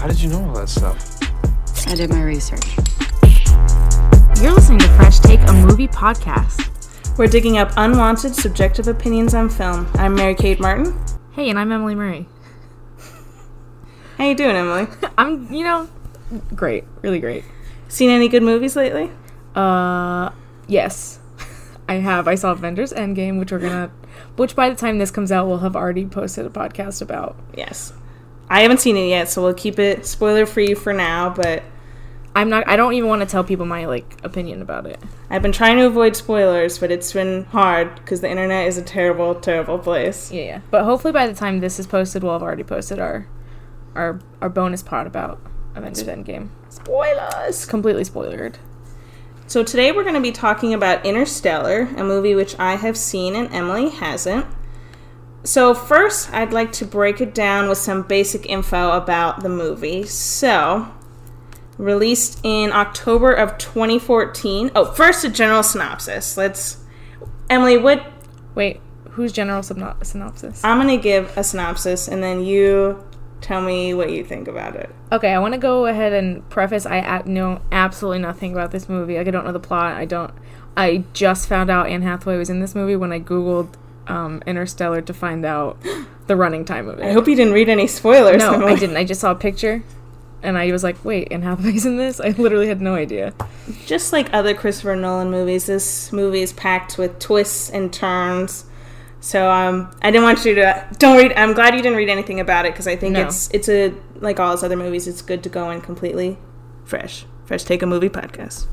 How did you know all that stuff? I did my research. You're listening to Fresh Take, a movie podcast. We're digging up unwanted subjective opinions on film. I'm Mary Kate Martin. Hey, and I'm Emily Murray. How you doing, Emily? I'm, you know, great, really great. Seen any good movies lately? Uh, yes, I have. I saw Avengers Endgame, which we're gonna, which by the time this comes out, we'll have already posted a podcast about. Yes. I haven't seen it yet, so we'll keep it spoiler free for now, but I'm not. I don't even want to tell people my like opinion about it. I've been trying to avoid spoilers, but it's been hard because the internet is a terrible, terrible place. Yeah, yeah. But hopefully, by the time this is posted, we'll have already posted our, our, our bonus pod about Avengers Endgame. Spoilers. Completely spoilered. So today we're going to be talking about Interstellar, a movie which I have seen and Emily hasn't. So, first, I'd like to break it down with some basic info about the movie. So, released in October of 2014. Oh, first, a general synopsis. Let's. Emily, what. Wait, who's general syno- synopsis? I'm going to give a synopsis and then you tell me what you think about it. Okay, I want to go ahead and preface. I a- know absolutely nothing about this movie. Like, I don't know the plot. I don't. I just found out Anne Hathaway was in this movie when I googled um, Interstellar to find out the running time of it. I hope you didn't read any spoilers. no, Emily. I didn't. I just saw a picture, and I was like, "Wait, Anne Hathaway's in this?" I literally had no idea. Just like other Christopher Nolan movies, this movie is packed with twists and turns. So um, I didn't want you to don't read. I'm glad you didn't read anything about it because I think No. it's it's a like all his other movies. It's good to go in completely fresh. Fresh take a movie podcast.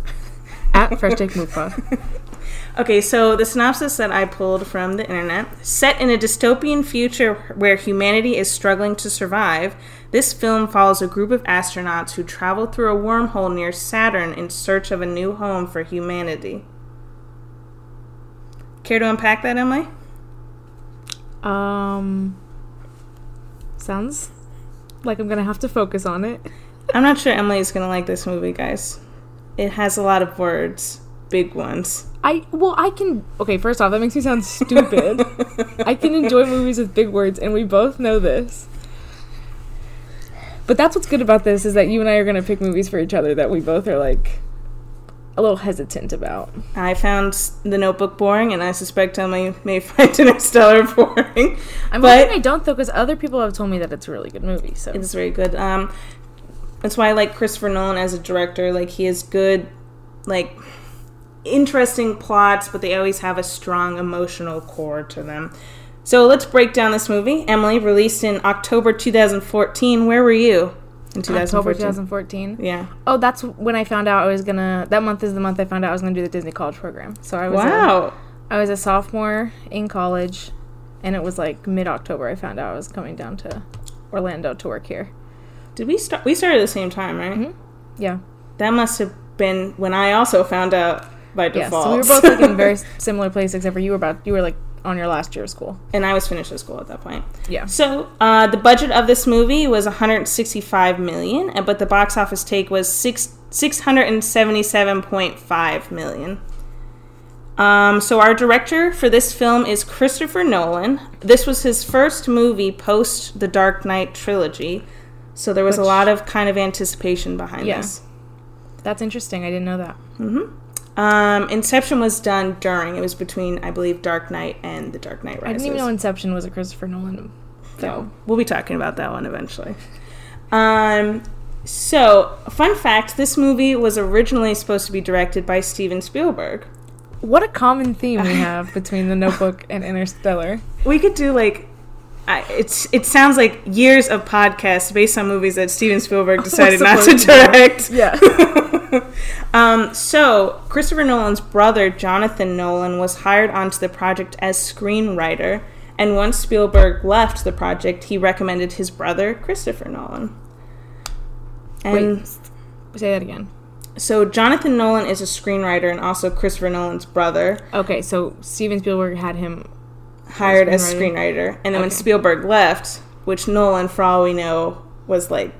At Fresh Take Move Pod. Okay, so the synopsis that I pulled from the internet set in a dystopian future where humanity is struggling to survive, this film follows a group of astronauts who travel through a wormhole near Saturn in search of a new home for humanity. Care to unpack that, Emily? Um, sounds like I'm gonna have to focus on it. I'm not sure Emily is going to like this movie, guys. It has a lot of words, big ones. I well, I can. Okay, first off, that makes me sound stupid. I can enjoy movies with big words, and we both know this. But that's what's good about this is that you and I are gonna pick movies for each other that we both are like a little hesitant about. I found The Notebook boring, and I suspect Emily may find Interstellar boring. I'm But- hoping I don't though, because other people have told me that it's a really good movie. So It's very good. Um, that's why I like Christopher Nolan as a director. Like he has good, like interesting plots, but they always have a strong emotional core to them. So let's break down this movie. Emily, released in October 2014. Where were you in 2014? October 2014. Yeah. Oh, that's when I found out I was gonna. That month is the month I found out I was gonna do the Disney College program. So I was uh, a- Wow. I was a sophomore in college, and it was like mid October. I found out I was coming down to Orlando to work here. Did we start? We started at the same time, right? Mm-hmm. Yeah, That must have been when I also found out by yeah. default. So we were both like in very similar places, except for you were about you were like on your last year of school. and I was finished with school at that point. Yeah. So uh, the budget of this movie was 165 million, uh, but the box office take was six 677.5 million. Um, so our director for this film is Christopher Nolan. This was his first movie post the Dark Knight trilogy, so there was a Which- lot of kind of anticipation behind Yeah. this. That's interesting. I didn't know that. Um, Inception was done during. It was between, I believe, Dark Knight and The Dark Knight Rises. I didn't even know Inception was a Christopher Nolan. So we'll be talking about that one eventually. Um, so fun fact: this movie was originally supposed to be directed by Steven Spielberg. What a common theme we have between The Notebook and Interstellar. We could do like. I, it's it sounds like years of podcasts based on movies that Steven Spielberg decided not to supposed to. direct. Yeah. Um, so Christopher Nolan's brother Jonathan Nolan was hired onto the project as screenwriter, and once Spielberg left the project, he recommended his brother Christopher Nolan. And Wait, say that again. So Jonathan Nolan is a screenwriter and also Christopher Nolan's brother, Okay, so Steven Spielberg had him. hired as Screenwriter. screenwriter. And then when Okay. Spielberg left, which Nolan, for all we know, was like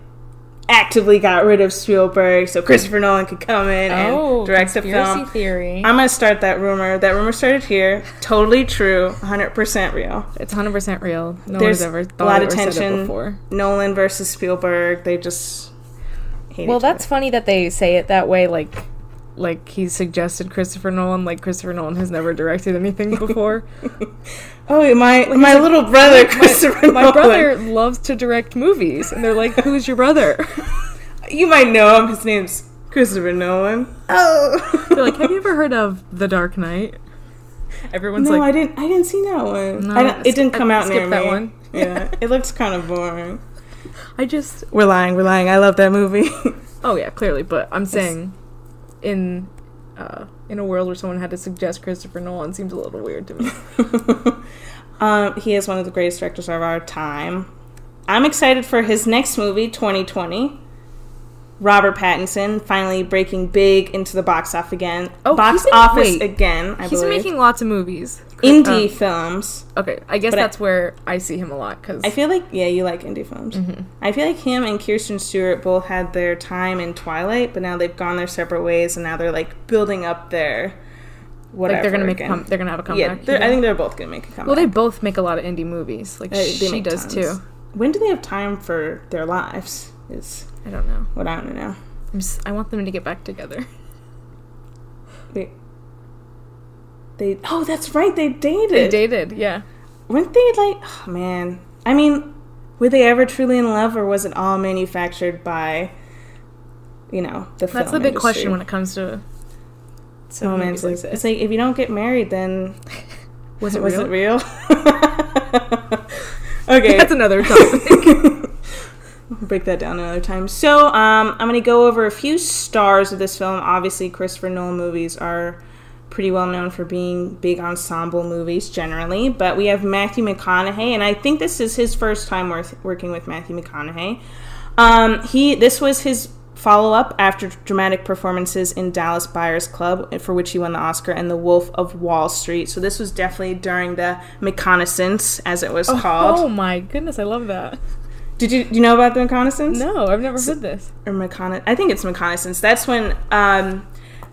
actively got rid of Spielberg so Christopher Nolan could come in Oh, and direct the conspiracy film. theory. I'm gonna start that rumor. That rumor started here. Totally true. 100% real. It's 100% real. No There's one's ever a thought lot it of or said it tension. before. Nolan versus Spielberg. They just hate well, each other. that's funny that they say it that way. Like, Like he suggested Christopher Nolan, like Christopher Nolan has never directed anything before. oh my my little brother Christopher My Nolan. brother loves to direct movies, and they're like, "Who's your brother?" You might know him. His name's Christopher Nolan. Oh. They're like, "Have you ever heard of The Dark Knight?" Everyone's No, like, I didn't. I didn't see that one. No, I don't- it didn't skip- come out skip near that me. one. yeah, it looks kind of boring. "I just, We're lying. We're lying. I love that movie. oh yeah, clearly." But I'm saying, in uh, in a world where someone had to suggest Christopher Nolan seems a little weird to me. um, he is one of the greatest directors of our time. I'm excited for his next movie, 2020. Robert Pattinson finally breaking big into the box off again. Oh, box he's in- office wait. again. I He's believe. making uh, lots of movies. indie films. um, Okay, I guess But I- that's where I see him a lot because I feel like yeah, you like indie films. Mm-hmm. I feel like him and Kirsten Stewart both had their time in Twilight, but now they've gone their separate ways, and now they're like building up their whatever. like they're gonna make a again. com- they're gonna have a yeah, comeback. they're- I think they're both gonna make a comeback. well, they both make a lot of indie movies. Like They- they she make does tons. too. When do they have time for their lives? Is I don't know. what I want to know. I'm just, I want them to get back together. They, they oh, that's right, they dated. They dated, yeah. Weren't they like? Oh man, I mean, were they ever truly in love, or was it all manufactured by? You know, the That's the film big industry? question when it comes to Oh man, movies it's like like, it's like if you don't get married, then was it was real? it real? okay, That's another topic. break that down another time. So um, I'm gonna go over a few stars of this film. Obviously, Christopher Nolan movies are pretty well known for being big ensemble movies generally, but we have Matthew McConaughey, and I think this is his first time worth working with Matthew McConaughey. Um, he this was his follow up after dramatic performances in Dallas Buyers Club, for which he won the Oscar, and The Wolf of Wall Street. So this was definitely during the McConaissance, as it was called. oh my goodness, I love that. Did you do you know about the McConaissance? No, I've never heard this. or McCona- I think it's McConaissance. That's when um,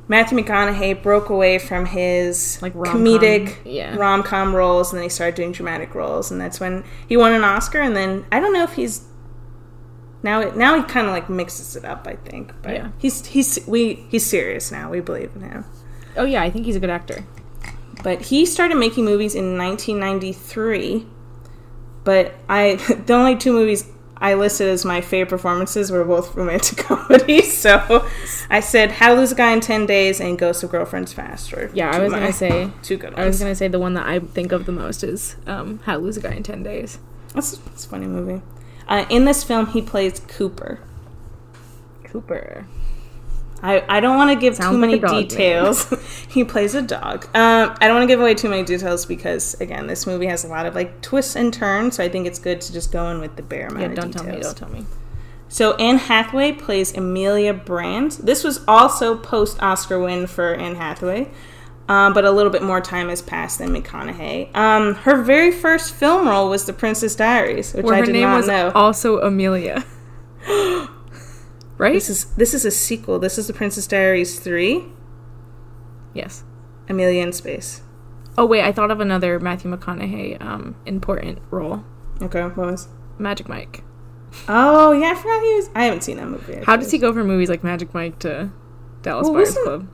Matthew McConaughey broke away from his Like rom-com, comedic yeah. rom com roles, and then he started doing dramatic roles, and that's when he won an Oscar. And then I don't know if he's now it, now he kind of like mixes it up. I think, but Yeah. he's he's we he's serious now. We believe in him. Oh yeah, I think he's a good actor. But he started making movies in 1993. But I, the only two movies I listed as my favorite performances were both romantic comedies. So I said How to Lose a Guy in 10 Days and Ghosts of Girlfriends Fast. were Yeah, I two of was gonna my- say Two good ones. I was gonna say the one that I think of the most is um, How to Lose a Guy in Ten Days. that's, that's a funny movie. Uh, in this film, he plays Cooper. Cooper. I, I don't want to give Sounds like too many a dog name. details. he plays a dog. Um, I don't want to give away too many details because again, this movie has a lot of like twists and turns. So I think it's good to just go in with the bare amount Yeah, of don't details. tell me, don't tell me. So Anne Hathaway plays Amelia Brand. This was also post Oscar win for Anne Hathaway, um, but a little bit more time has passed than McConaughey. Um, her very first film role was The Princess Diaries, which Where I her did name not was know. also Amelia. right? this is this is a sequel. This is The Princess Diaries three, yes. Amelia in Space. Oh wait, I thought of another Matthew McConaughey um, important role, Okay, what was? Magic Mike. Oh yeah, I forgot he was. I haven't seen that movie. How does he go from movies like Magic Mike to Dallas Well, Buyers wasn't- Club?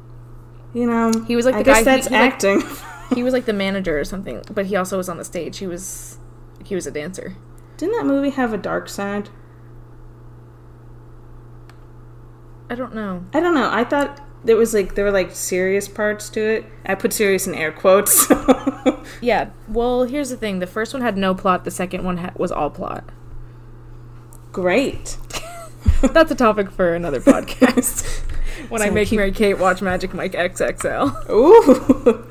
You know, He was like I the guess guy- he- that's he, like- acting. He was like the manager or something, but he also was on the stage. He was he was a dancer. Didn't that movie have a dark side? I don't know. I don't know. I thought there was like there were like serious parts to it. I put serious in air quotes. Yeah. Well, here's the thing: the first one had no plot. The second one ha- was all plot. Great. That's a topic for another podcast. when I So make keep- Mary Kate watch Magic Mike XXL. Ooh.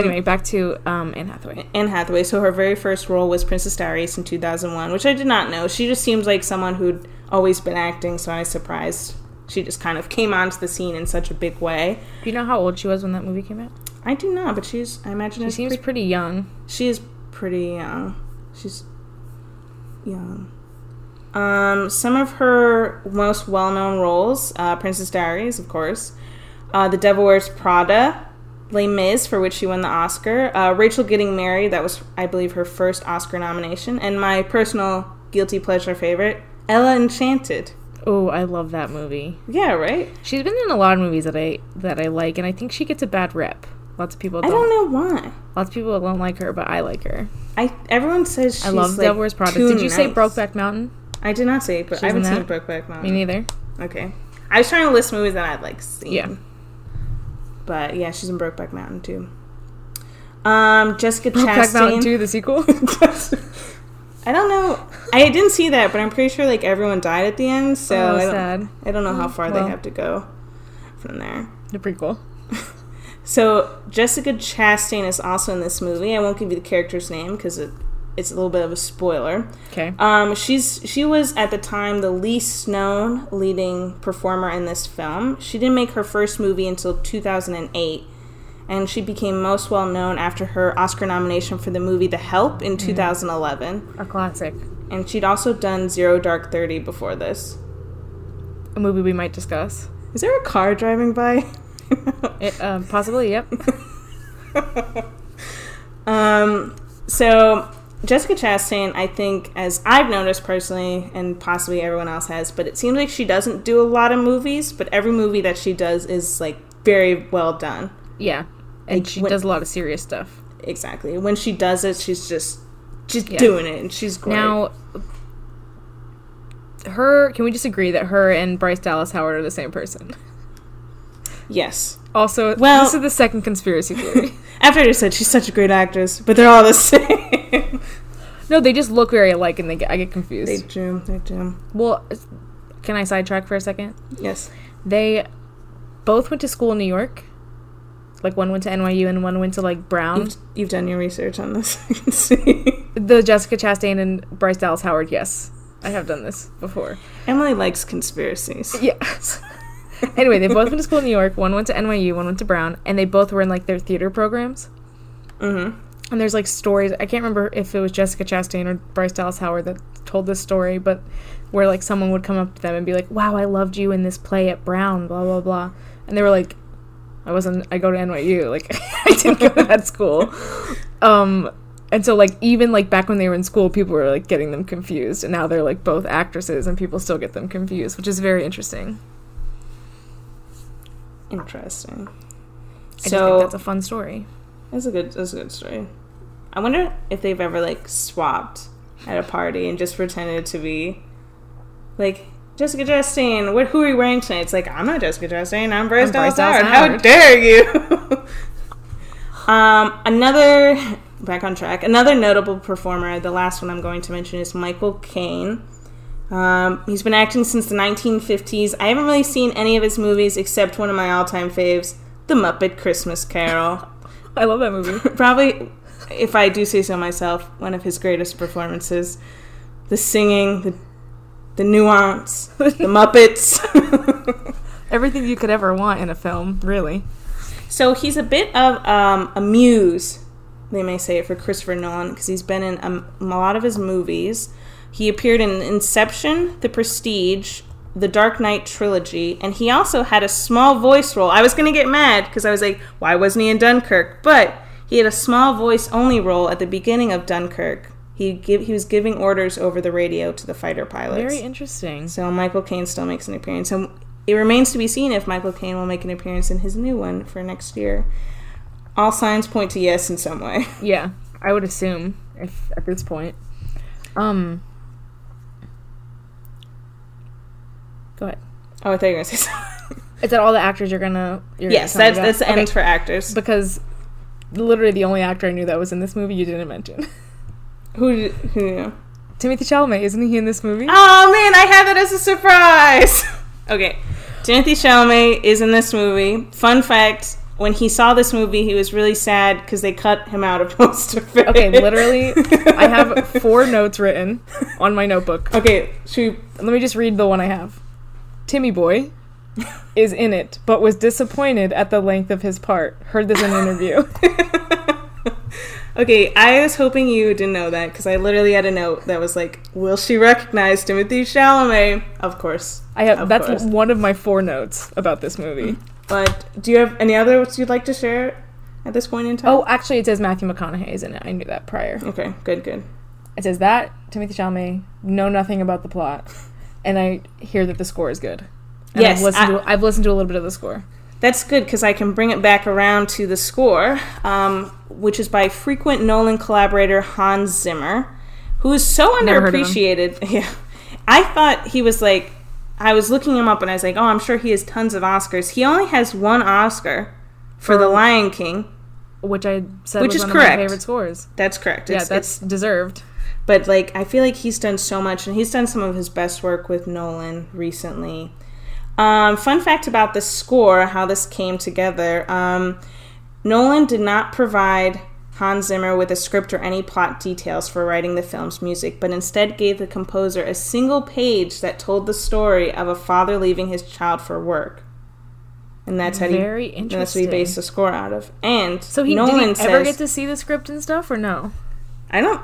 anyway, back to um, Anne Hathaway. Anne Hathaway. So her very first role was Princess Diaries in 2001, which I did not know. She just seems like someone who'd always been acting, so I was surprised she just kind of came onto the scene in such a big way. Do you know how old she was when that movie came out? I do not, but she's. I imagine She it's seems pretty- pretty young. she is pretty young. She's young. Um, some of her most well known roles uh, Princess Diaries, of course, uh, The Devil Wears Prada, Les Mis, for which she won the Oscar, uh, Rachel Getting Married, that was, I believe, her first Oscar nomination, and my personal guilty pleasure favorite, Ella Enchanted. Oh, I love that movie. Yeah, right? She's been in a lot of movies that I that I like, and I think she gets a bad rep. Lots of people I don't. don't know why. Lots of people don't like her, but I like her. I everyone says she's I love like Devil Wears Prada. too Did you say nice. Brokeback Mountain? I did not say it, but I haven't in seen that? Brokeback Mountain. Me neither. Okay. I was trying to list movies that I'd like seen. Yeah. But yeah, she's in Brokeback Mountain too. Um, Jessica Brokeback Mountain Chastain. 2, the sequel. I don't know. I didn't see that, but I'm pretty sure like everyone died at the end. So Oh, I don't, sad. I don't know how far well. they have to go from there. the prequel. So Jessica Chastain is also in this movie. I won't give you the character's name because it, it's a little bit of a spoiler. Okay. Um, she's she was at the time the least known leading performer in this film. She didn't make her first movie until 2008, and she became most well known after her Oscar nomination for the movie The Help in 2011. A classic. And she'd also done Zero Dark Thirty before this. A movie we might discuss. Is there a car driving by? It, um, possibly, yep. Um, so Jessica Chastain, I think, as I've noticed personally, and possibly everyone else has, but it seems like she doesn't do a lot of movies, but every movie that she does is like very well done. Yeah. And Like, she when- does a lot of serious stuff. Exactly. When she does it, she's just she's Yeah. doing it, and she's great. Now, her, can we just agree that her and Bryce Dallas Howard are the same person? yes. Also, Well- this is the second conspiracy theory. After I just said she's such a great actress, but they're all the same. no, they just look very alike and they get, I get confused. they do. They do. well, can I sidetrack for a second? Yes. They both went to school in New York. Like one went to NYU and one went to like Brown. You've, you've done your research on this. I can see. The Jessica Chastain and Bryce Dallas Howard, yes. I have done this before. Emily likes conspiracies. Yes. anyway, they both went to school in New York. One went to NYU, one went to Brown, and they both were in like their theater programs. Mm-hmm. And there's like stories. I can't remember if it was Jessica Chastain or Bryce Dallas Howard that told this story, but where like someone would come up to them and be like, "Wow, I loved you in this play at Brown," blah blah blah, and they were like, "I wasn't. I go to NYU. Like I didn't go to that school." Um. And so, like, even like back when they were in school, people were like getting them confused, and now they're like both actresses, and people still get them confused, which is very interesting. Interesting. I just think that's a fun story. That's a good. That's a good story. I wonder if they've ever like swapped at a party and just pretended to be like Jessica Chastain. What? Who are you wearing tonight? It's like I'm not Jessica Chastain. I'm Bryce I'm Bryce Dallas Howard. Dallas How Howard." dare you? um, another back on track. Another notable performer. The last one I'm going to mention is Michael Caine. Um, he's been acting since the 1950s. I haven't really seen any of his movies except one of my all-time faves, The Muppet Christmas Carol I love that movie. probably, if I do say so myself, one of his greatest performances. The singing, the, the nuance, the Muppets. Everything you could ever want in a film, really. so he's a bit of um, a muse, they may say, for Christopher Nolan because he's been in um, a lot of his movies. He appeared in Inception, The Prestige, The Dark Knight trilogy, and he also had a small voice role. I was going to get mad because I was like, why wasn't he in Dunkirk? But he had a small voice only role at the beginning of Dunkirk. He give, he was giving orders over the radio to the fighter pilots. Very interesting. so Michael Caine still makes an appearance. And it remains to be seen if Michael Caine will make an appearance in his new one for next year. All signs point to yes in some way. Yeah, I would assume if at this point. Um. Go ahead. Oh, I thought you were going to say something. Is that all the actors you're gonna? You're gonna Yes, tell me that's, about? that's the Okay, end for actors. because literally the only actor I knew that was in this movie you didn't mention. Who did, who do you know? Timothy Chalamet, isn't he in this movie? Oh man, I had that as a surprise. okay, Timothy Chalamet is in this movie. Fun fact: When he saw this movie, he was really sad because they cut him out of most of it. Okay, literally, I have four notes written on my notebook. Okay, should we, Let me just read the one I have. Timmy Boy is in it, but was disappointed at the length of his part. Heard this in an interview. Okay, I was hoping you didn't know that because I literally had a note that was like, "Will she recognize Timothy Chalamet?" Of course. I have Of that's course. Mm-hmm. one of my four notes about this movie. But do you have any other ones you'd like to share at this point in time? Oh, actually, it says Matthew McConaughey is in it. I knew that prior. okay, good, good. It says that Timothy Chalamet know nothing about the plot, and I hear that the score is good. And Yes, I've listened, I- to, I've listened to a little bit of the score. That's good because I can bring it back around to the score, um, which is by frequent Nolan collaborator Hans Zimmer, who is so Never heard of him. underappreciated. Yeah, I thought he was like, I was looking him up and I was like, oh, I'm sure he has tons of Oscars. He only has one Oscar for The Lion King. which I said Which was is one correct. of my favorite scores. That's correct. Yeah, It's- that's deserved. but like I feel like he's done so much and he's done some of his best work with Nolan recently. Um, fun fact about the score, how this came together. Um, Nolan did not provide Hans Zimmer with a script or any plot details for writing the film's music, but instead gave the composer a single page that told the story of a father leaving his child for work. And that's how Very he, and That's what he interesting. based the score out of. And So he Nolan did he ever says- get to see the script and stuff or no? I don't.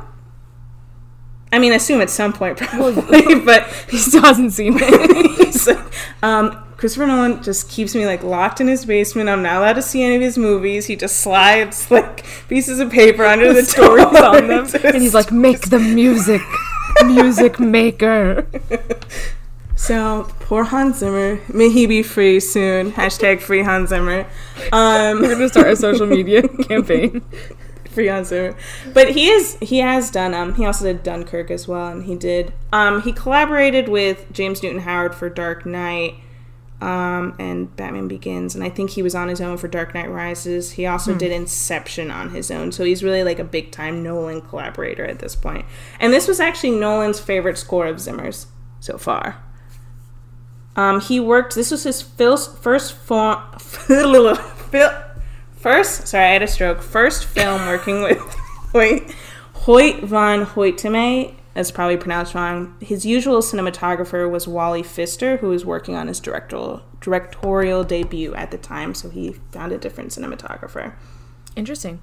I mean, I assume at some point probably, but He still hasn't seen it. he's like, um, Christopher Nolan just keeps me like locked in his basement. I'm not allowed to see any of his movies. He just slides like pieces of paper under the, stories door on them, and he's like, "Make the music, music maker." So poor Hans Zimmer. May he be free soon. Hashtag free Hans Zimmer. Um, We're gonna start a social media campaign. free Hans Zimmer. But he is he has done um he also did Dunkirk as well, and he did um he collaborated with James Newton Howard for Dark Knight. um, and Batman Begins, and I think he was on his own for Dark Knight Rises. He also did Inception on his own, so he's really like a big time Nolan collaborator at this point. And this was actually Nolan's favorite score of Zimmer's so far. Um, he worked. This was his fil- first form. fil- first, sorry, I had a stroke. First film working with Hoyt, Hoyt von Hoytema. That's probably pronounced wrong. His usual cinematographer was Wally Pfister, who was working on his directorial directorial debut at the time. So he found a different cinematographer. Interesting.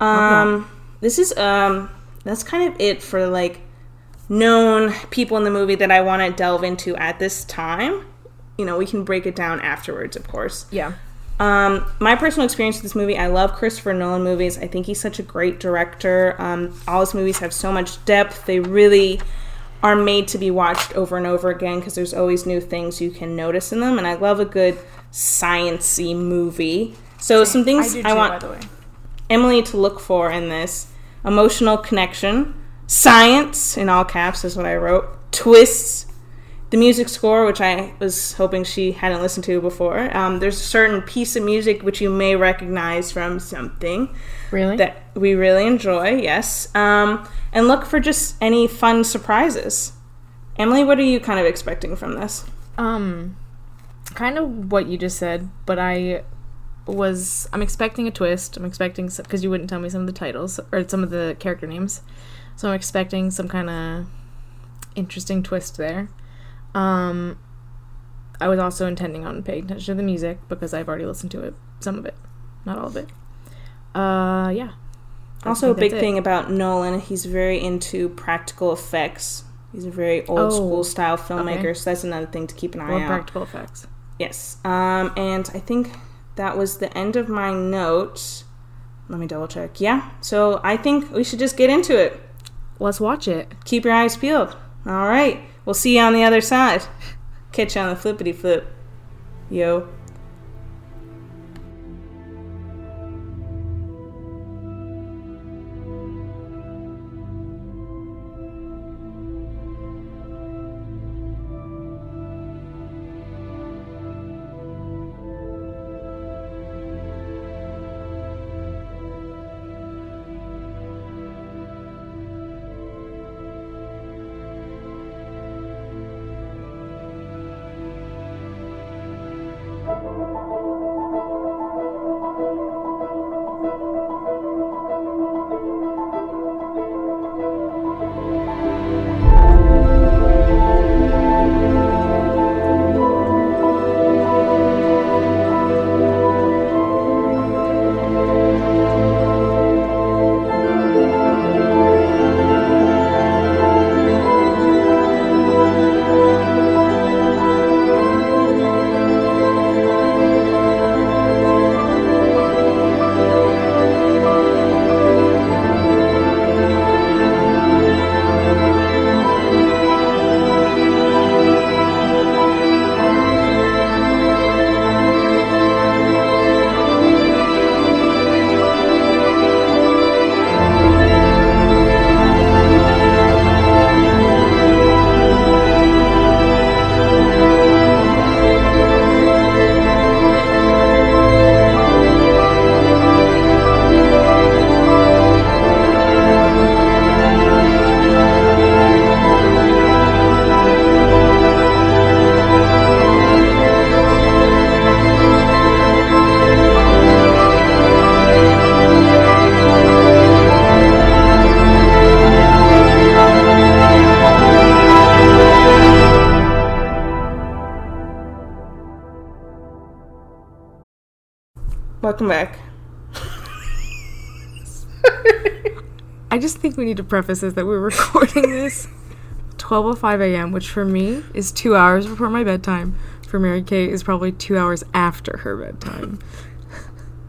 Um, this is um, that's kind of it for like known people in the movie that I want to delve into at this time. You know, we can break it down afterwards, of course. Yeah. Um, my personal experience with this movie, I love Christopher Nolan movies. I think he's such a great director. Um, all his movies have so much depth. They really are made to be watched over and over again because there's always new things you can notice in them. And I love a good science-y movie. So some things I, want Emily to look for in this emotional connection, science in all caps is what I wrote, twists, the music score, which I was hoping she hadn't listened to before. Um, there's a certain piece of music which you may recognize from something Really? that we really enjoy, yes. Um, and look for just any fun surprises. Emily, what are you kind of expecting from this? Um, kind of what you just said, but I was I'm expecting a twist. I'm expecting because you wouldn't tell me some of the titles or some of the character names, so I'm expecting some kind of interesting twist there. Um, I was also intending on paying attention to the music because I've already listened to it, some of it, not all of it. Uh, yeah. I Also, a think big that's it. thing about Nolan, he's very into practical effects. He's a very old Oh, school style filmmaker, okay. so that's another thing to keep an eye Or on. practical effects. Yes. Um, and I think that was the end of my note. Let me double check. Yeah. So I think we should just get into it. Let's watch it. Keep your eyes peeled. All right. We'll see you on the other side. Catch you on the flippity flip. Yo. Welcome back. I just think we need to preface this that we're recording this 12:05 a.m., which for me is two hours before my bedtime. For Mary Kay is probably two hours after her bedtime.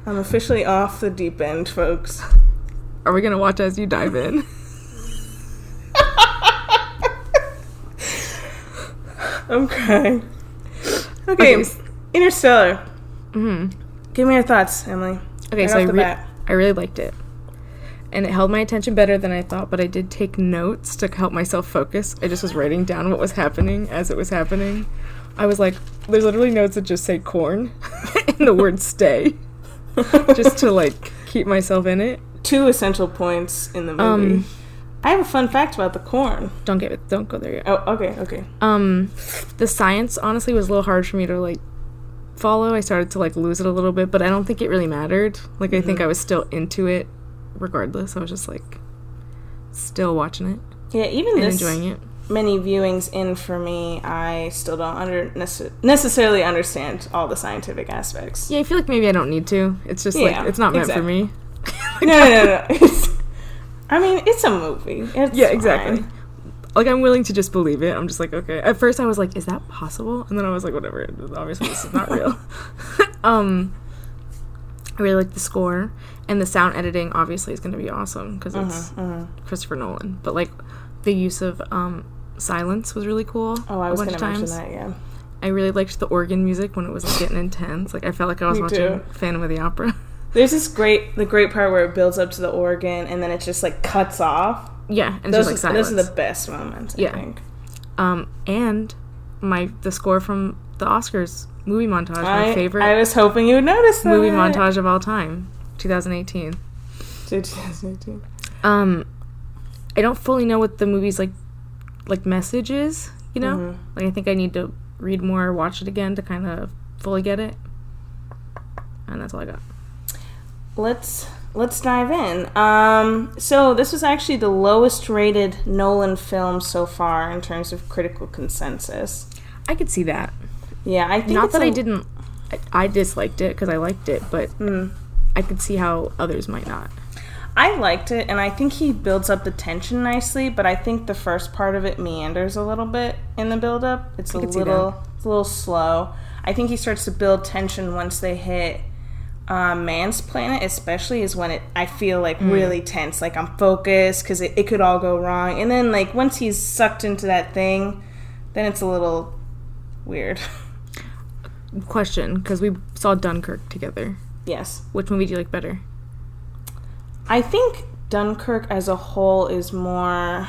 I'm officially off the deep end, folks. Are we gonna watch as you dive in? I'm crying. Okay, Okay, s- Interstellar. Give me your thoughts, Emily. Okay, Right so off I, the re- bat. I really liked it. And it held my attention better than I thought, but I did take notes to help myself focus. I just was writing down what was happening as it was happening. I was like, there's literally notes that just say corn and the word stay, just to like keep myself in it. Two essential points in the movie. Um, I have a fun fact about the corn. Don't get it. Don't go there yet. Oh, okay, okay. um the science honestly was a little hard for me to like follow i started to like lose it a little bit but i don't think it really mattered like i think i was still into it regardless i was just like still watching it Yeah, even and this enjoying it many viewings in for me, I still don't under nece- necessarily understand all the scientific aspects. yeah i feel like maybe i don't need to it's just Yeah, like it's not meant for exactly. me No, no, no, no. It's, I mean, it's a movie. It's yeah exactly fine. like i'm willing to just believe it i'm just like okay at first i was like is that possible and then i was like whatever obviously this is not real um i really like the score and the sound editing obviously is going to be awesome because Mm-hmm, it's christopher nolan but like the use of um silence was really cool Oh, I a was bunch going of to times. mention that. Yeah. i really liked the organ music when it was like, getting intense like i felt like i was Me watching too. phantom of the opera There's this great, the great part where it builds up to the organ and then it just like cuts off. yeah and just Those, like are- silence those are the best moments. I Yeah. think. um and my the score from the oscars movie montage my I, favorite I was hoping you would notice that. movie montage of all time 2018 montage. um i don't fully know what the movie's like like message is you know Mm-hmm. like i think i need to read more watch it again to kind of fully get it and that's all i got Let's let's dive in. Um, so this was actually the lowest rated Nolan film so far in terms of critical consensus. i could see that Yeah, I think not it's that I I i didn't I, I disliked it because i liked it but i could see how others might not I liked it, and I think he builds up the tension nicely. But I think the first part of it meanders a little bit in the build up. It's a can see little it's a little slow. I think he starts to build tension once they hit um, man's planet, especially is when it I feel like really tense. Like I'm focused because it, it could all go wrong. And then like once he's sucked into that thing, then it's a little weird. question because we saw dunkirk together yes, which movie do you like better I think Dunkirk as a whole is more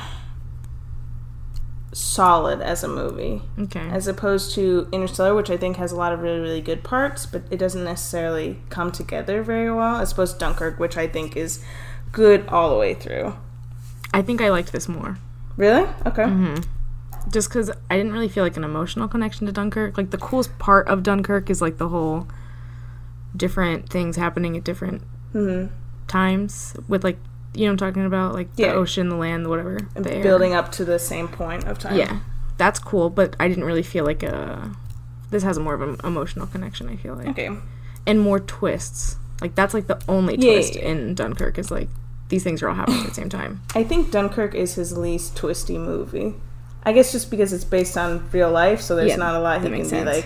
solid as a movie. okay as opposed to Interstellar, which I think has a lot of really, really good parts, but it doesn't necessarily come together very well, as opposed to Dunkirk, which I think is good all the way through. i think i liked this more Really? Okay. Mm-hmm. just because I didn't really feel like an emotional connection to Dunkirk. Like the coolest part of Dunkirk is like the whole different things happening at different Mm-hmm. times with like you know what I'm talking about like Yeah. the ocean, the land, the whatever, the air. Building up to the same point of time. Yeah, that's cool, but I didn't really feel like a. This has more of an emotional connection. I feel like, Okay. and more twists. Like that's like the only Yeah, yeah, twist yeah. in Dunkirk is like these things are all happening at the same time. I think Dunkirk is his least twisty movie. I guess just because it's based on real life, so there's Yeah, not a lot he that can makes be sense. like,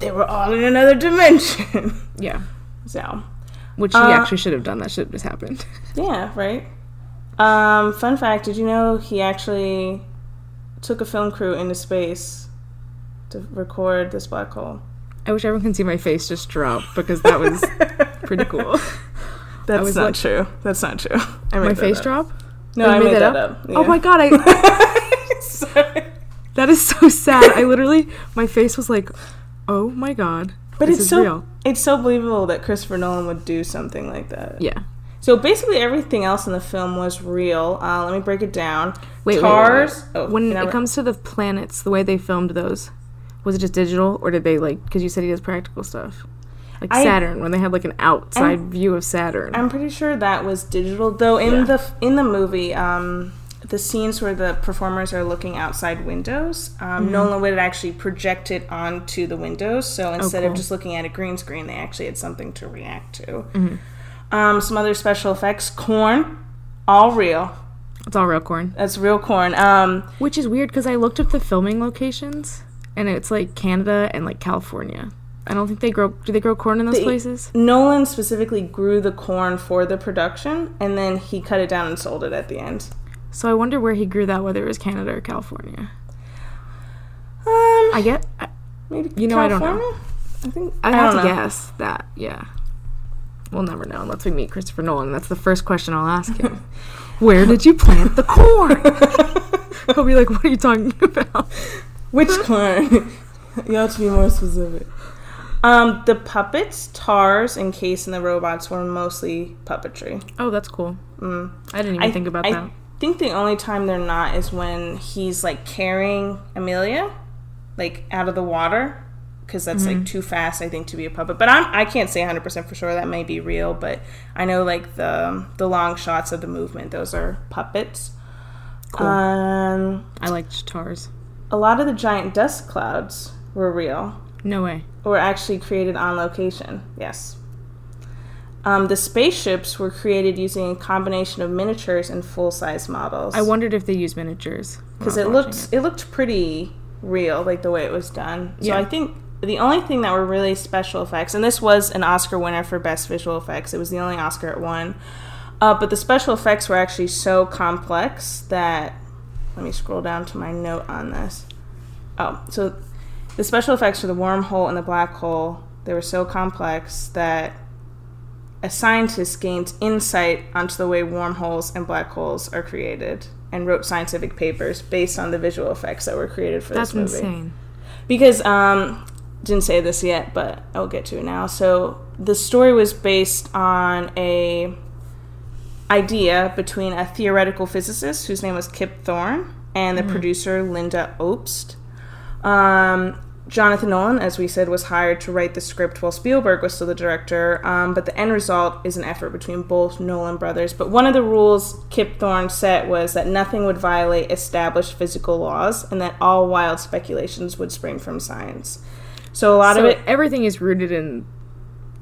they were all in another dimension. Yeah, so. which he Uh, actually should have done. That should have just happened. Yeah, right. Um, fun fact: Did you know he actually took a film crew into space to record this black hole? I wish everyone can see my face just drop because that was pretty cool. That's was not like- true. That's not true. I made My that face up. drop? No, You I made that up. Oh my god, I god! Sorry. that is so sad. I literally my face was like, "Oh my god." But this it's is so real. it's so believable that Christopher Nolan would do something like that. Yeah. So basically, everything else in the film was real. Uh, let me break it down. Wait, wait, wait, Tars. wait. Oh, when and I- it comes to the planets, the way they filmed those, was it just digital or did they like cuz you said he does practical stuff? Like I- Saturn when they had like an outside view of Saturn. I'm pretty sure that was digital, though. In Yeah. the in the movie, um, the scenes where the performers are looking outside windows, um, Mm-hmm. Nolan would actually project it onto the windows. So instead Oh, of cool. just looking at a green screen, they actually had something to react to. Mm-hmm. Um, some other special effects: corn, all real. It's all real corn. That's real corn. Um, Which is weird because I looked up the filming locations and it's like Canada and like California. I don't think they grow. Do they grow corn in those places? Nolan specifically grew the corn for the production, and then he cut it down and sold it at the end. So I wonder where he grew that, whether it was Canada or California. Um, I get. I, maybe you know, I don't know. California? I think I have don't to know. guess that. Yeah. We'll never know unless we meet Christopher Nolan. and That's the first question I'll ask him. Where did you plant the corn? He'll be like, "What are you talking about?" Which corn? you have to be more specific. Um, the puppets, Tars, and Case and the robots were mostly puppetry. Mm. Oh, that's cool. I didn't even think about I that. think the only time they're not is when he's like carrying Amelia, like out of the water, because that's Mm-hmm. like too fast, I think, to be a puppet. But I'm I can't say 100 percent for sure. That may be real, but I know like the the long shots of the movement; those are puppets. Cool. Um, I liked Tars. a lot of the giant dust clouds were real. No way. were actually created on location. Yes. Um, the spaceships were created using a combination of miniatures and full-size models. I wondered if they use miniatures when because I it was watching looked it. looked pretty real, like the way it was done. So Yeah. I think the only thing that were really special effects, and this was an Oscar winner for best visual effects. It was the only Oscar it won. Uh, but the special effects were actually so complex that let me scroll down to my note on this. Oh, so the special effects for the wormhole and the black hole they were so complex that a scientist gained insight onto the way wormholes and black holes are created and wrote scientific papers based on the visual effects that were created for That's this movie insane. because um didn't say this yet but i'll get to it now so the story was based on a idea between a theoretical physicist whose name was kip thorne and the producer linda obst um, jonathan nolan as we said was hired to write the script while spielberg was still the director um, but the end result is an effort between both nolan brothers but one of the rules kip thorne set was that nothing would violate established physical laws and that all wild speculations would spring from science so a lot So of it everything is rooted in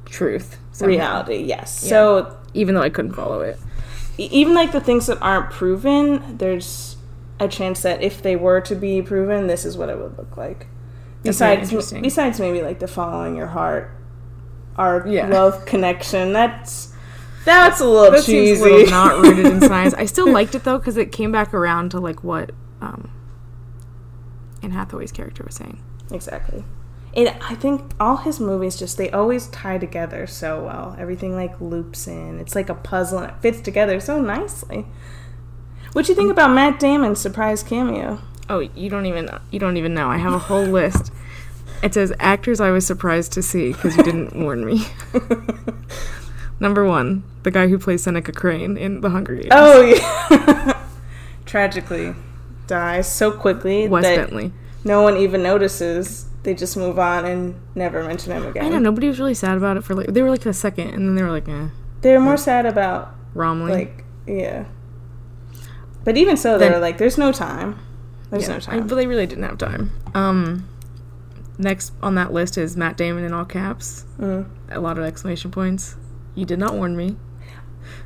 truth. somehow, reality yes so Even though I couldn't follow it. e- even like the things that aren't proven, there's a chance that if they were to be proven, this is what it would look like. That's very Besides, interesting. besides maybe like the following your heart, our Yeah. love connection. That's that's a little That cheesy. seems a little not rooted in science. I still liked it though because it came back around to like what um, Anne Hathaway's character was saying. exactly. It. I think all his movies just they always tie together so well. Everything like loops in. It's like a puzzle and it fits together so nicely. What do you Mm. think about Matt Damon's surprise cameo? Oh, you don't even you don't even know. I have a whole list. It says actors I was surprised to see because you didn't warn me. Number one, the guy who plays Seneca Crane in The Hunger Games, Oh yeah. Tragically dies so quickly Wes that Bentley. no one even notices. They just move on and never mention him again. I know nobody was really sad about it for like they were like the second, and then they were like, eh, They're more sad about Romley. like yeah. But even so, they Then- were like, "There's no time. There's Yeah, no I- time." but they really didn't have time. Um, next on that list is Matt Damon in all caps. A lot of exclamation points. You did not warn me.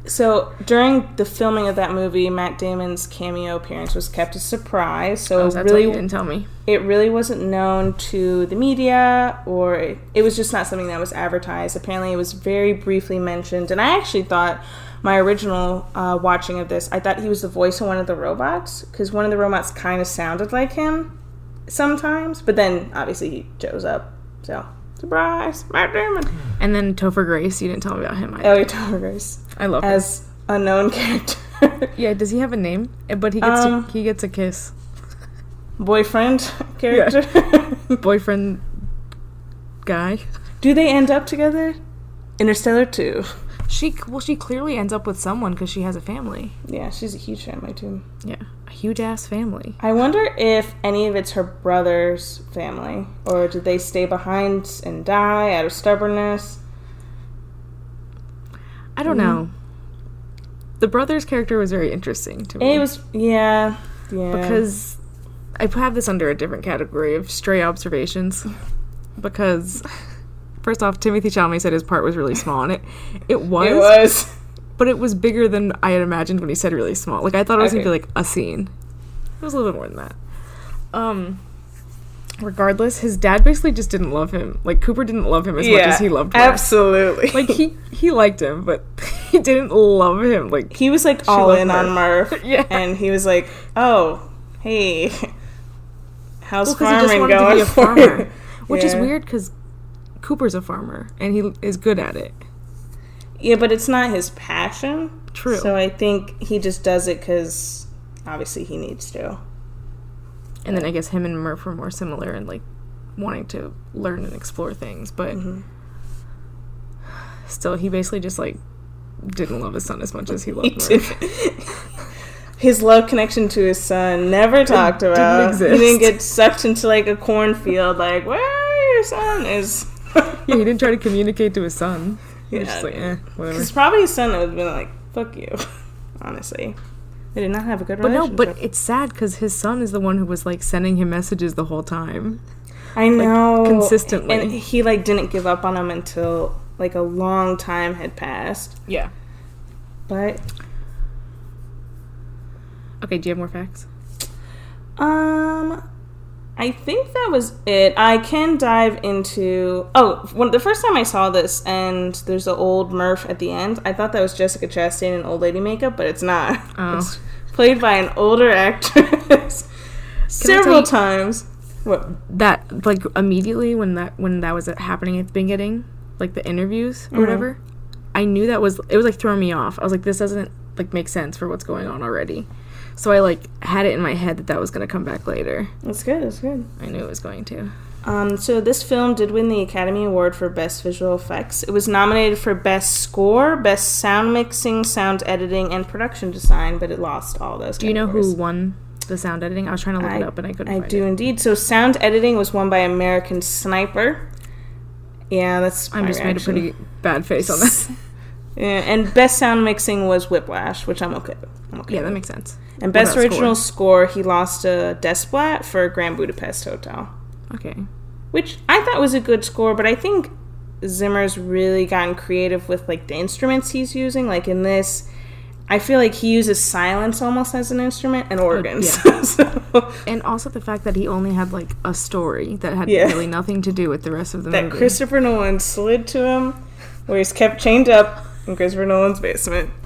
so during the filming of that movie, Matt Damon's cameo appearance was kept a surprise. So Oh, it that's really? you really, didn't tell me. it really wasn't known to the media or it, it was just not something that was advertised apparently it was very briefly mentioned and i actually thought my original uh, watching of this i thought he was the voice of one of the robots because one of the robots kind of sounded like him sometimes but then obviously he shows up so surprise matt damon And then Topher Grace, you didn't tell me about him either. elliot Towers I love him. as unknown character Yeah, does he have a name? Eh, But he gets Um, to, he gets a kiss. boyfriend character Boyfriend guy. do they end up together interstellar 2 She well, she clearly ends up with someone because she has a family. yeah she's a huge fan of my too Yeah, a huge ass family. I wonder if any of it's her brother's family, or did they stay behind and die out of stubbornness? Mm-hmm. I don't know. the brother's character was very interesting to me. It was yeah, yeah. because I have this under a different category of stray observations. Because first off, Timothy Chalamet said his part was really small, and it it was, it was but it was bigger than I had imagined when he said really small. Like I thought it was Okay. gonna be like a scene. It was a little bit more than that. Um. Regardless, his dad basically just didn't love him. Like Cooper didn't love him as much as he loved Wes. absolutely. Like he he liked him, but he didn't love him. Like he was like all loved in on Murph, Yeah. and he was like, "Oh, hey, how's Well, 'cause farming he just wanted to going?" be a for you?" farmer, which is Yeah. weird because Cooper's a farmer and he is good at it. Yeah, but it's not his passion. True. So I think he just does it because obviously he needs to. And then I guess him and Murph were more similar in like wanting to learn and explore things, but still, he basically just like didn't love his son as much as he loved Murph. his love connection to his son never talked about. exist. He didn't get sucked into like a cornfield. Like, where your son is? Yeah, he didn't try to communicate to his son. He was Yeah. just like, eh, whatever. It's probably his son that would have been like, "Fuck you," honestly. They did not have a good But no, relationship. but it's sad because his son is the one who was like sending him messages the whole time. I know consistently. and he like didn't give up on him until like a long time had passed. Yeah. But Okay, do you have more facts? Um, I think that was it. I can dive into. Oh, when the first time I saw this, and there's the old Murph at the end. I thought that was Jessica Chastain in old lady makeup, but it's not. Oh. It's played by an older actress several you- times. What? that like immediately when that when that was happening at the beginning like the interviews or Mm-hmm. whatever i knew that was it was like throwing me off i was like this doesn't like make sense for what's going on already so i like had it in my head that that was going to come back later It's good. It's good. i knew it was going to Um, so this film did win the Academy Award for Best Visual Effects. It was nominated for Best Score, Best Sound Mixing, Sound Editing, and Production Design, but it lost all those. do you know who won the sound editing i was trying to look it up and i couldn't I find do it indeed. So sound editing was won by American Sniper. Yeah, that's. i my just made a reaction. pretty bad face on that Yeah, and best sound mixing was Whiplash, which I'm okay. With. I'm okay. yeah that with. makes sense and best about original score? he lost to Desplat for Grand Budapest Hotel, okay which I thought was a good score, but I think Zimmer's really gotten creative with like the instruments he's using. Like in this, I feel like he uses silence almost as an instrument Oh, and organs. so, and also the fact that he only had like a story that had Yeah. really nothing to do with the rest of the that movie Christopher Nolan slid to him, where he's kept chained up in Christopher Nolan's basement.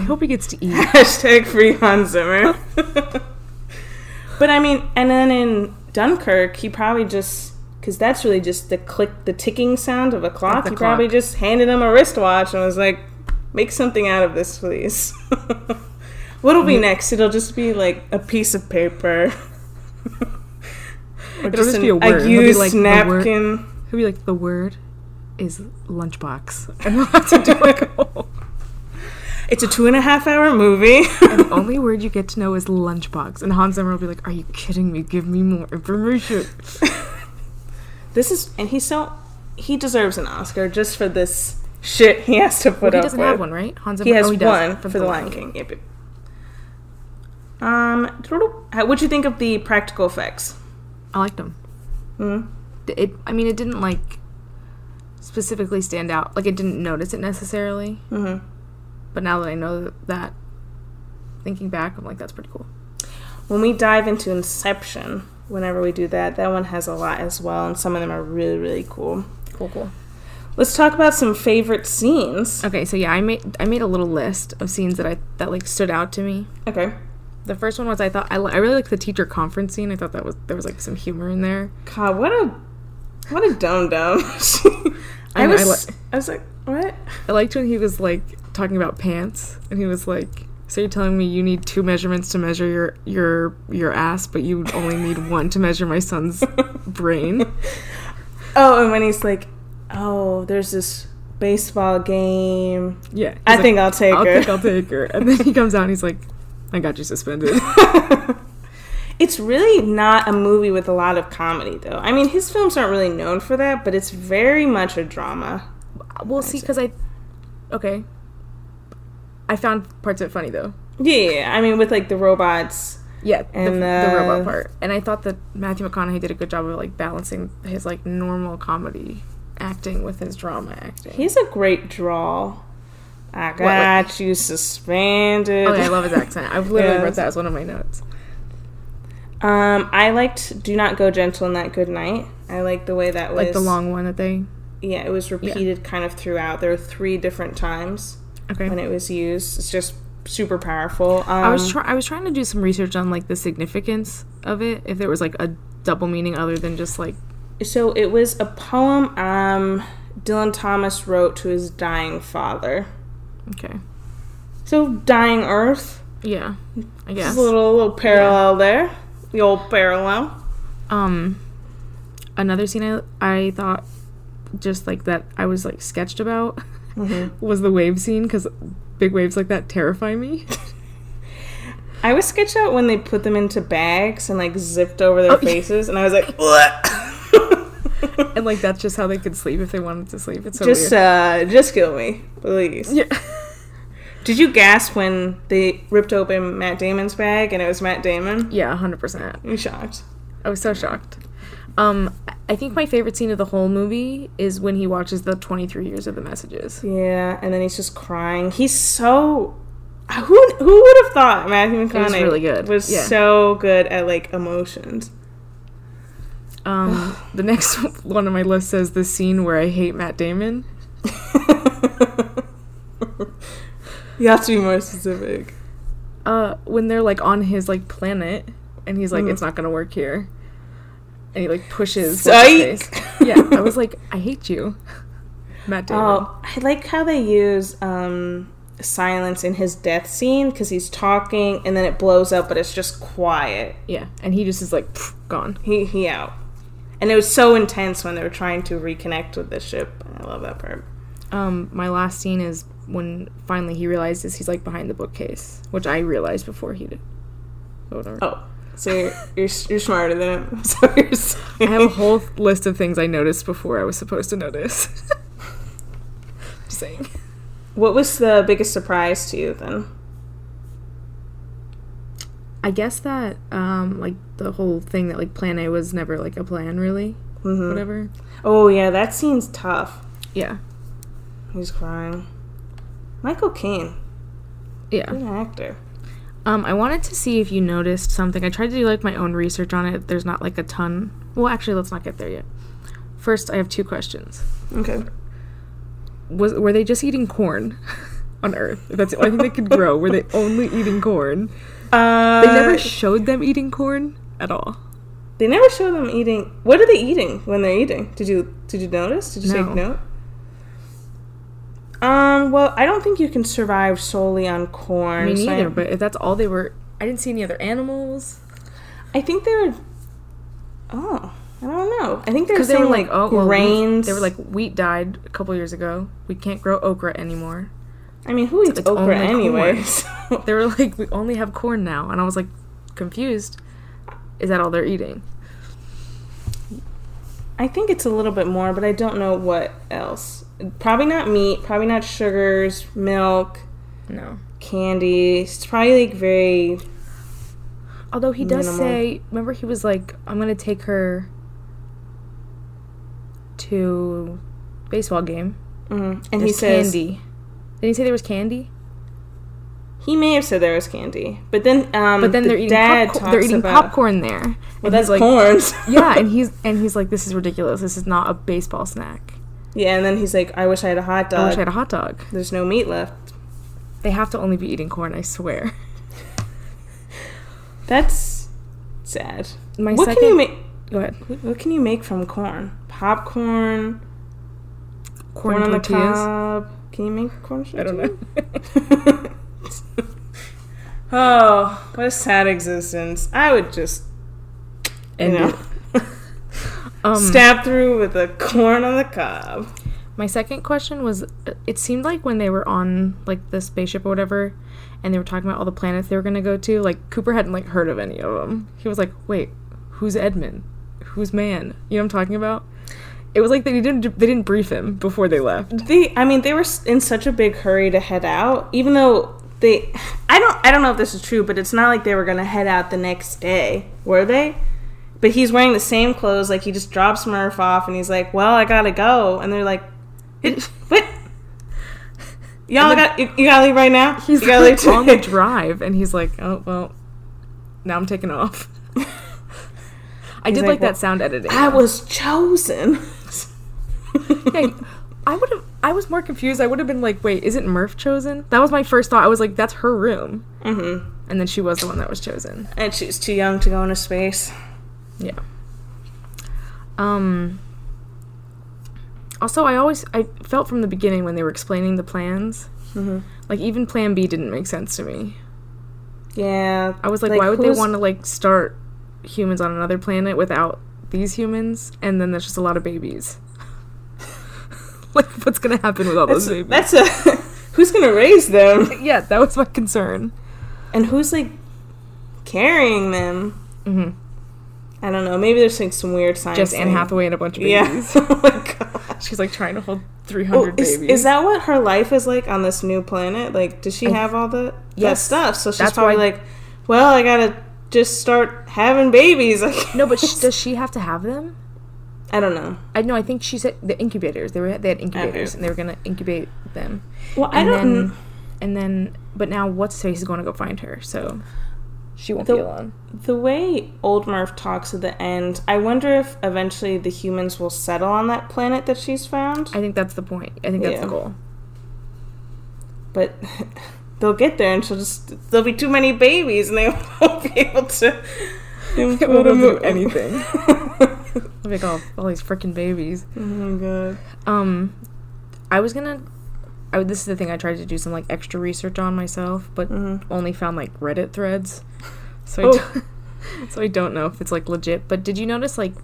i hope he gets to eat Hashtag free Hans Zimmer. but I mean, and then in Dunkirk, he probably just because that's really just the click, the ticking sound of a clock. the he probably clock. just handed him a wristwatch and was like, "Make something out of this, please." What'll Mm-hmm. be next? It'll just be like a piece of paper. Or It'll just be a word. It'll be used like the word- napkin. He'll be like, the word is lunchbox. And we'll have to do like a whole- It's a two and a half hour movie. The only word you get to know is lunchbox. And Hans Zimmer will be like, are you kidding me? Give me more information. This is, and he's so he deserves an Oscar just for this shit he has to put But he up doesn't with. have one, right? Hans Zimmer. He has oh, he does, one from for the Lion King. Yep, yep. Um, doodle- how- what'd you think of the practical effects? I liked him. Mm. D- It. I mean, it didn't like specifically stand out. Like, I didn't notice it necessarily. Mm-hmm. But now that I know that, thinking back, I'm like, that's pretty cool. When we dive into Inception, whenever we do that, that one has a lot as well, and some of them are really, really cool. Cool, cool. Let's talk about some favorite scenes. Okay, so yeah, I made I made a little list of scenes that I that like stood out to me. Okay. The first one was I thought I, li- I really liked the teacher conference scene. I thought that was there was like some humor in there. God, what a what a dumb dumb. I And I was I was like, what? I liked when he was like talking about pants and he was like, "So you're telling me you need two measurements to measure your your your ass, but you only need one to measure my son's brain?" Oh, and when he's like, "Oh, there's this baseball game. Yeah, he's I like, think I'll take I'll her." think I'll take her. And then he comes out and he's like, "I got you suspended." it's really not a movie with a lot of comedy, though. I mean, his films aren't really known for that, but it's very much a drama. we'll see because I okay. I found parts of it funny though. Yeah, yeah, yeah. I mean, with like the robots. Yeah, the, And, the uh, robot part. And I thought that Matthew McConaughey did a good job of like balancing his like normal comedy acting with his drama acting. He's a great draw. I got like- you suspended. Oh, yeah, I love his accent. I've literally Yes. wrote that as one of my notes. Um, I liked "Do Not Go Gentle" in that "Good Night." I like the way that was Like the long one that they. Yeah, it was repeated kind of throughout. There were three different times Okay. when it was used. It's just super powerful. Um, I was try- I was trying to do some research on like the significance of it. If there was like a double meaning other than just like so it was a poem um, Dylan Thomas wrote to his dying father. okay, So dying Earth. yeah, I guess. Just a little little parallel there. The old parallel. um another scene I, I thought just like that I was like sketched about was the wave scene because big waves like that terrify me. I was sketched out when they put them into bags and like zipped over Oh, their faces, and I was like, and like that's just how they could sleep if they wanted to sleep. It's so just weird. uh, just kill me, please. yeah. Did you gasp when they ripped open Matt Damon's bag and it was Matt Damon? yeah, hundred percent. You shocked. I was so shocked. Um, I- I think my favorite scene of the whole movie is when he watches the 23 years of the messages. Yeah, and then he's just crying. He's so who who would have thought Matthew McConaughey was really good, was yeah. so good at like emotions. Um, the next one on my list says the scene where I hate Matt Damon. You have to be more specific. Uh, when they're like on his like planet, and he's Mm-hmm. like, "It's not gonna work here," and he like pushes. Psych! what's-his-face. yeah, I was like, "I hate you, Matt Damon." Oh, I like how they use um, silence in his death scene because he's talking and then it blows up, but it's just quiet. Yeah, and he just is like "Pfft, gone. He he out, and it was so intense when they were trying to reconnect with the ship. I love that part. Um, my last scene is when finally he realizes he's like behind the bookcase, which I realized before he did. But whatever. Oh, so you're you're, you're smarter than him. So you're I have a whole list of things I noticed before I was supposed to notice. Just saying. What was the biggest surprise to you then? I guess that um like the whole thing that like plan A was never like a plan really. Whatever. Oh yeah, that scene's tough. Yeah. He's crying. Michael Caine, Yeah. good actor. Um I wanted to see if you noticed something. I tried to do like my own research on it. There's not like a ton. Well, actually, let's not get there yet. First, I have two questions. Okay. Was were they just eating corn on Earth? If that's the only thing they could grow, were they only eating corn? Uh, They never showed them eating corn at all. They never show them eating. What are they eating when they're eating? Did you did you notice? Did you No. take note? Um. Well, I don't think you can survive solely on corn. Me so I- neither, but if that's all they were, I didn't see any other animals. I think they were. Oh, I don't know. I think they were Because they were saying like, oh, well, wheat- grains. They were like, wheat died a couple years ago. We can't grow okra anymore. I mean, who eats it's okra only corn. anyways? They were like, we only have corn now. And I was like, confused. Is that all they're eating? I think it's a little bit more, but I don't know what else. Probably not meat. Probably not sugars, milk, No. candy. It's probably like very. Although he does Minimal. say, remember he was like, I'm going to take her to baseball game. Mm. And There's he says. candy. Didn't he say there was candy? He may have said there was candy, but then um, But then the they're eating, dad popcorn. talks They're eating about popcorn there. well, And he's that's like, corn. yeah, and he's and he's like, this is ridiculous. This is not a baseball snack. yeah, and then he's like, "I wish I had a hot I dog. wish I had a hot dog. There's no meat left." They have to only be eating corn, I swear. That's sad. My what second, can you make? Go ahead. What can you make from corn? Popcorn, corn, Corn, on the tortillas. cob. Can you make corn? I don't know. know. oh, what a sad existence! I would just you And know um, stab through with a corn on the cob. my second question was: It seemed like when they were on like the spaceship or whatever, and they were talking about all the planets they were gonna go to, like Cooper hadn't like heard of any of them. He was like, "Wait, who's Edmund? Who's Man? You know what I'm talking about?" It was like they didn't they didn't brief him before they left. They, I mean, they were s- in such a big hurry to head out, even though they, I don't, I don't know if this is true, but it's not like they were gonna head out the next day, were they? But he's wearing the same clothes, like he just drops Murph off, and he's like, "Well, I gotta go," and they're like, "It- "What? Y'all got you, you gotta leave right now? He's you gotta like leave on the today?" drive, and he's like, "Oh well, now I'm taking off." I did like, like, "Well, that sound editing. I was chosen. Yeah, I would have. I was more confused. I would have been like, "Wait, isn't Murph chosen?" That was my first thought. I was like, "That's her room," mm-hmm. and then she was the one that was chosen. and she's too young to go into space. Yeah. Um. Also, I always I felt from the beginning when they were explaining the plans, Mm-hmm. like even Plan B didn't make sense to me. Yeah, I was like, why would they who's- want to like start humans on another planet without these humans? And then there's just a lot of babies. like, what's gonna happen with all those babies? That's a who's gonna raise them? yeah, that was my concern. and who's like carrying them? Mhm. I don't know. Maybe there's like some weird science. Just Anne thing. Hathaway and a bunch of Yeah. babies. oh my gosh. She's like trying to hold 300 Oh, is, babies. is that what her life is like on this new planet? Like, does she have all the Yes. that stuff? So she's That's probably why- like, well, I gotta just start having babies. Like, no, but sh- does she have to have them? I don't know. I know. I think she said the incubators. They were they had incubators Okay. and they were gonna incubate them. Well, I And don't. Then, and then, but now what's face is going to go find her, so she won't The- be alone. The way Old Murph talks at the end, I wonder if eventually the humans will settle on that planet that she's found. I think that's the point. I think that's Yeah. the goal. But they'll get there, and she'll just there'll be too many babies, and they won't be able to. It won't do anything. I'll make all, oh, all these freaking babies. Oh my god. Um, I was gonna. I, would- this is the thing I tried to do some like extra research on myself, but only found like Reddit threads. So I Oh. don't- so I don't know if it's like legit. But did you notice like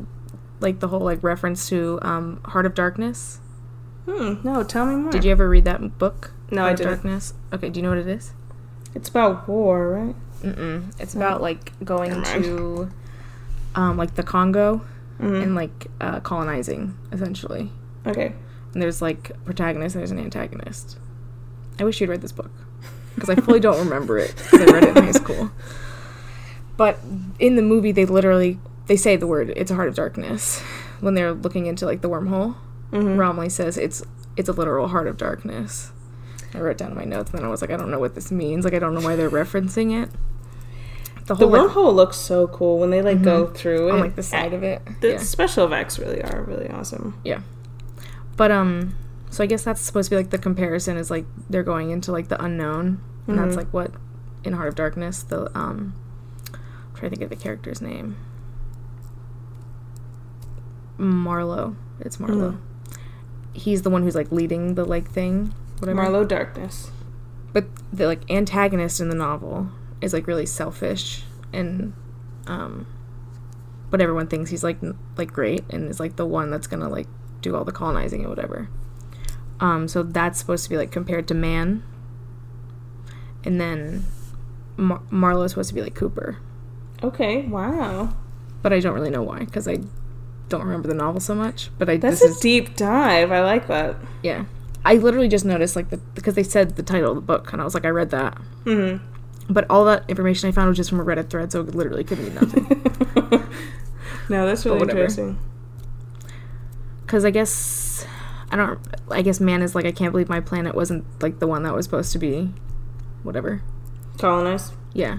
like the whole like reference to um, Heart of Darkness? Hmm. No, tell me more. Did you ever read that book? No, I Heart of didn't. Darkness. Okay, do you know what it is? Mm. It's about war, right? Mm-mm. It's about like going Never mind. to, um, like the Congo, Mm-hmm. and like uh, colonizing essentially. Okay. And there's like protagonist, and there's an antagonist. I wish you'd read this book because I fully don't remember it 'cause I read it in high school. But in the movie, they literally they say the word "it's a heart of darkness" when they're looking into like the wormhole. Mm-hmm. Romley says it's it's a literal heart of darkness. I wrote down in my notes, and then I was like, I don't know what this means. Like, I don't know why they're referencing it. The The whole like, wormhole looks so cool when they like go through it. on like the side of it. The yeah. special effects really are really awesome. Yeah. But um so I guess that's supposed to be like the comparison is like they're going into like the unknown. And Mm-hmm. that's like what in Heart of Darkness, the um I'm trying to think of the character's name. Marlowe. It's Marlowe. He's the one who's like leading the like thing. Whatever. Marlowe Darkness. But the like antagonist in the novel is like really selfish and um but everyone thinks he's like n- like great and is like the one that's going to like do all the colonizing and whatever. Um so that's supposed to be like compared to man. And then Mar- Marlowe's supposed to be like Cooper, Okay. Wow. but I don't really know why cuz I don't remember the novel so much, but I That's this a is deep dive. I like that. yeah. I literally just noticed like the because they said the title of the book and I was like I read that. Mm-hmm. But all that information I found was just from a Reddit thread, so it literally could mean nothing. no, that's really whatever. interesting. Because I guess I don't. I guess man is like I can't believe my planet wasn't like the one that was supposed to be, whatever. Colonized. Yeah,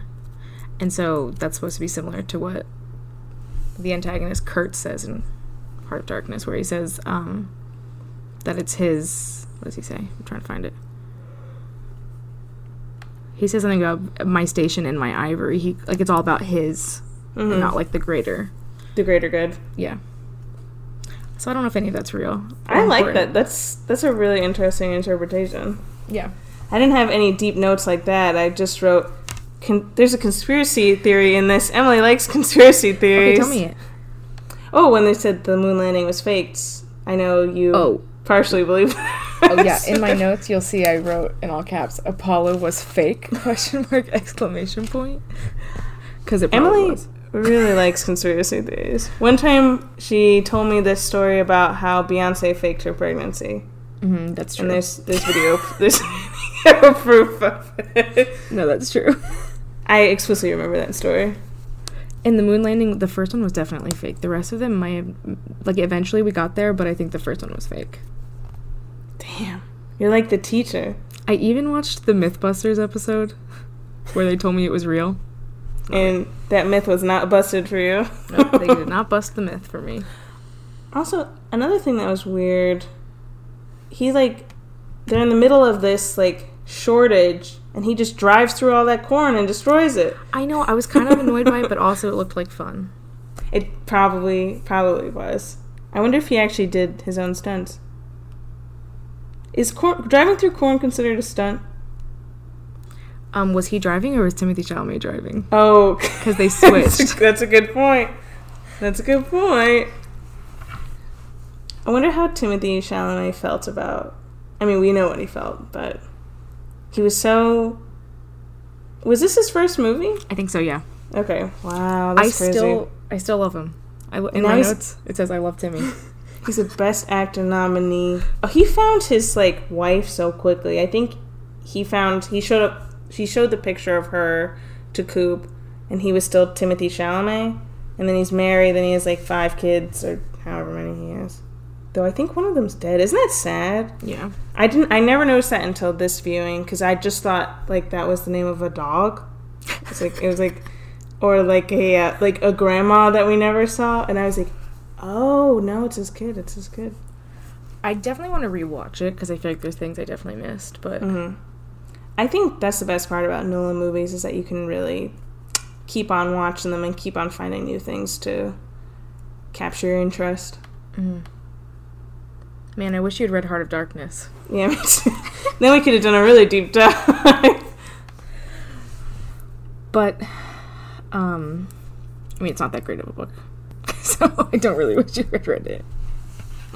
and so that's supposed to be similar to what the antagonist Kurt says in Heart of Darkness, where he says um, that it's his. What does he say? I'm trying to find it. He says something about my station and my ivory. He like it's all about his, and not like the greater. Mm-hmm. The greater good. Yeah. So I don't know if any of that's real. I or like that. important. That's that's a really interesting interpretation. Yeah. I didn't have any deep notes like that. I just wrote, con- "There's a conspiracy theory in this." Emily likes conspiracy Okay, theories. tell me it. Oh, when they said the moon landing was faked, I know you Oh. partially believe. Oh yeah, in my notes you'll see I wrote in all caps Apollo was fake question mark exclamation point. Cuz it probably Emily was. really likes conspiracy theories. One time she told me this story about how Beyonce faked her pregnancy. Mm, that's And true. there's there's video there's video proof of it. No, that's true. I explicitly remember that story. And the moon landing, the first one was definitely fake. The rest of them might have, like, eventually we got there, but I think the first one was fake. Damn. You're like the teacher. I even watched the Mythbusters episode where they told me it was real. And that myth was not busted for you. No, they did not bust the myth for me. Also, another thing that was weird, he like they're in the middle of this like shortage and he just drives through all that corn and destroys it. I know, I was kind of annoyed by it, but also it looked like fun. It probably probably was. I wonder if he actually did his own stunts. Is corn, driving through corn considered a stunt? Um, was he driving or was Timothy Chalamet driving? Oh, Because they That's a, switched. that's a good point. That's a good point. I wonder how Timothy Chalamet felt about. I mean, we know what he felt, but he was so. Was this his first movie? I think so, yeah. Okay. Wow. That's I crazy. still, I still love him. I, lo- in Now my he's- notes, it says I love Timmy. He's a Best Actor nominee. Oh, he found his like wife so quickly. I think he found he showed up. She showed the picture of her to Coop, and he was still Timothy Chalamet. And then he's married. Then he has like five kids or however many he has. Though I think one of them's dead. Isn't that sad? Yeah. I didn't. I never noticed that until this viewing because I just thought like that was the name of a dog. It's like it was like, or like a uh, like a grandma that we never saw, and I was like, oh no, it's his kid. It's his kid. I definitely want to rewatch it because I feel like there's things I definitely missed, but Mm. I think that's the best part about Nolan movies is that you can really keep on watching them and keep on finding new things to capture your interest. Mm. man, I wish you'd read Heart of Darkness. Yeah, me too. then we could have done a really deep dive. But, um, I mean, it's not that great of a book. so I don't really wish you had read it.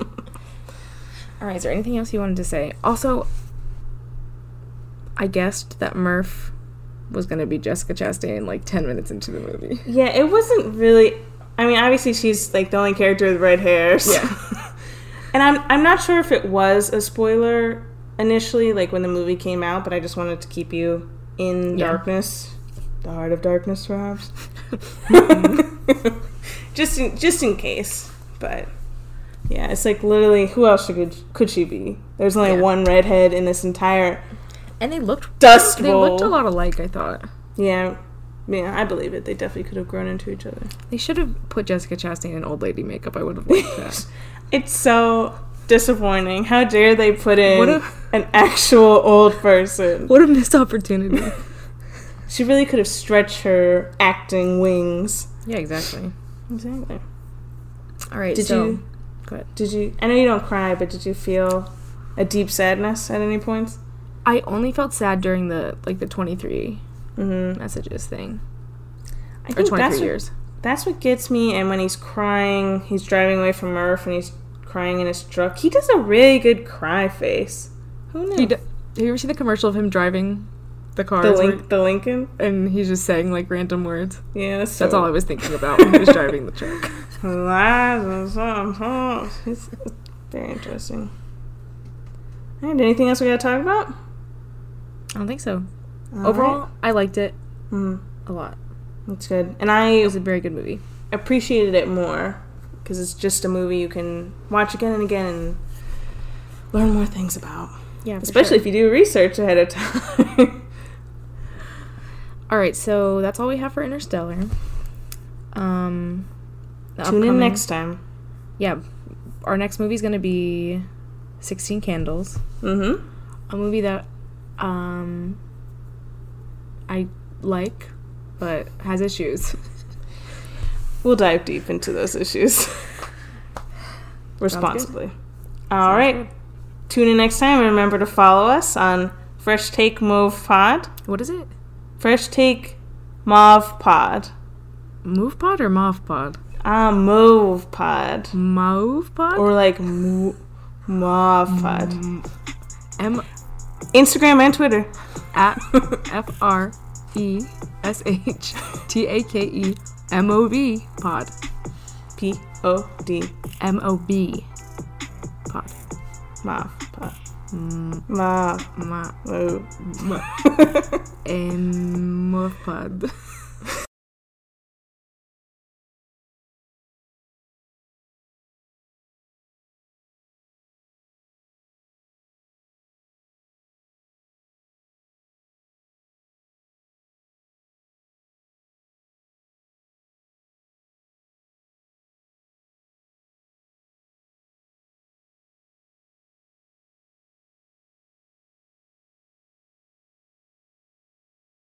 All right, is there anything else you wanted to say? Also, I guessed that Murph was going to be Jessica Chastain like 10 minutes into the movie. Yeah, it wasn't really. I mean, obviously she's like the only character with red hair. so- and I'm I'm not sure if it was a spoiler initially, like when the movie came out, but I just wanted to keep you in Yeah. darkness, the heart of darkness, perhaps. just in, just in case, but. Yeah, it's like literally, who else she could could she be? There's only Yeah. one redhead in this entire And they looked dust they bowl. looked a lot alike, I thought. Yeah, yeah, I believe it. They definitely could have grown into each other. They should have put Jessica Chastain in old lady makeup. I would have liked that. It's so disappointing. How dare they put in What a- an actual old person? what a missed opportunity. She really could have stretched her acting wings. yeah, exactly. Exactly. All right, Did so you? go ahead. Did you? I know you don't cry, but did you feel a deep sadness at any points? I only felt sad during the like the 23 Mm-hmm. messages thing. I Or think that's 23 what, years. that's what gets me. And when he's crying, he's driving away from Murph, and he's crying in his truck. He does a really good cry face. Who knew? You d- have you ever seen the commercial of him driving the car the link, the Lincoln. and he's just saying like random words? Yeah, that's, That's so- all I was thinking about when he was driving the truck. Lies and some hoes. It's very interesting. All right, anything else we gotta talk about? I don't think so. All Overall, right. I liked it Mm, a lot. that's good. And It I was a very good movie. appreciated it more because it's just a movie you can watch again and again and learn more things about, Yeah, especially if you do research ahead of time. All right, so that's all we have for Interstellar. Um, the Tune in upcoming- next time. Yeah, our next movie is going to be Sixteen Candles, Mm-hmm. a movie that um I like, but has issues. We'll dive deep into those issues responsibly. All Sounds right. good. Tune in next time and remember to follow us on Fresh Take Move Pod. What is it? Fresh Take Mauve Pod. Move pod or mauve pod? Ah, Mauve Pod. Mauve pod? Or like mo- Mauve Mm. Pod. M Instagram and Twitter. at F R E S H T A K E M O V pod. P O D M O B pod. Mav. Pod. Mav. Ma- Moo. M pod.